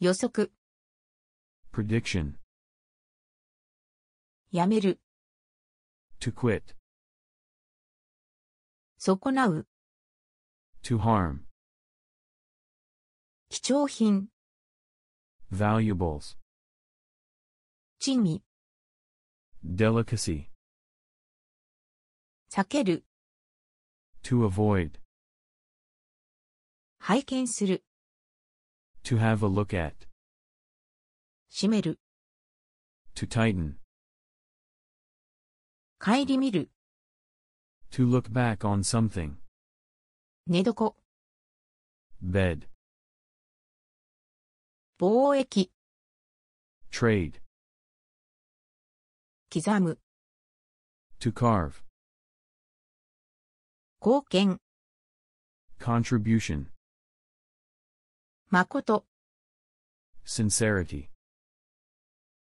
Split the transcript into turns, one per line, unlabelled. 予測、
prediction,
やめる、
to quit,
損なう、
to harm,
貴重品、
valuables,
珍味、
delicacy,
避ける、
to avoid,
拝見する、
to have a look at,
閉める、
to tighten,
帰り見る、
to look back on something,
寝床、
bed,
貿易、
trade,
刻む、
to carve,
貢献、
contribution,
誠、
sincerity,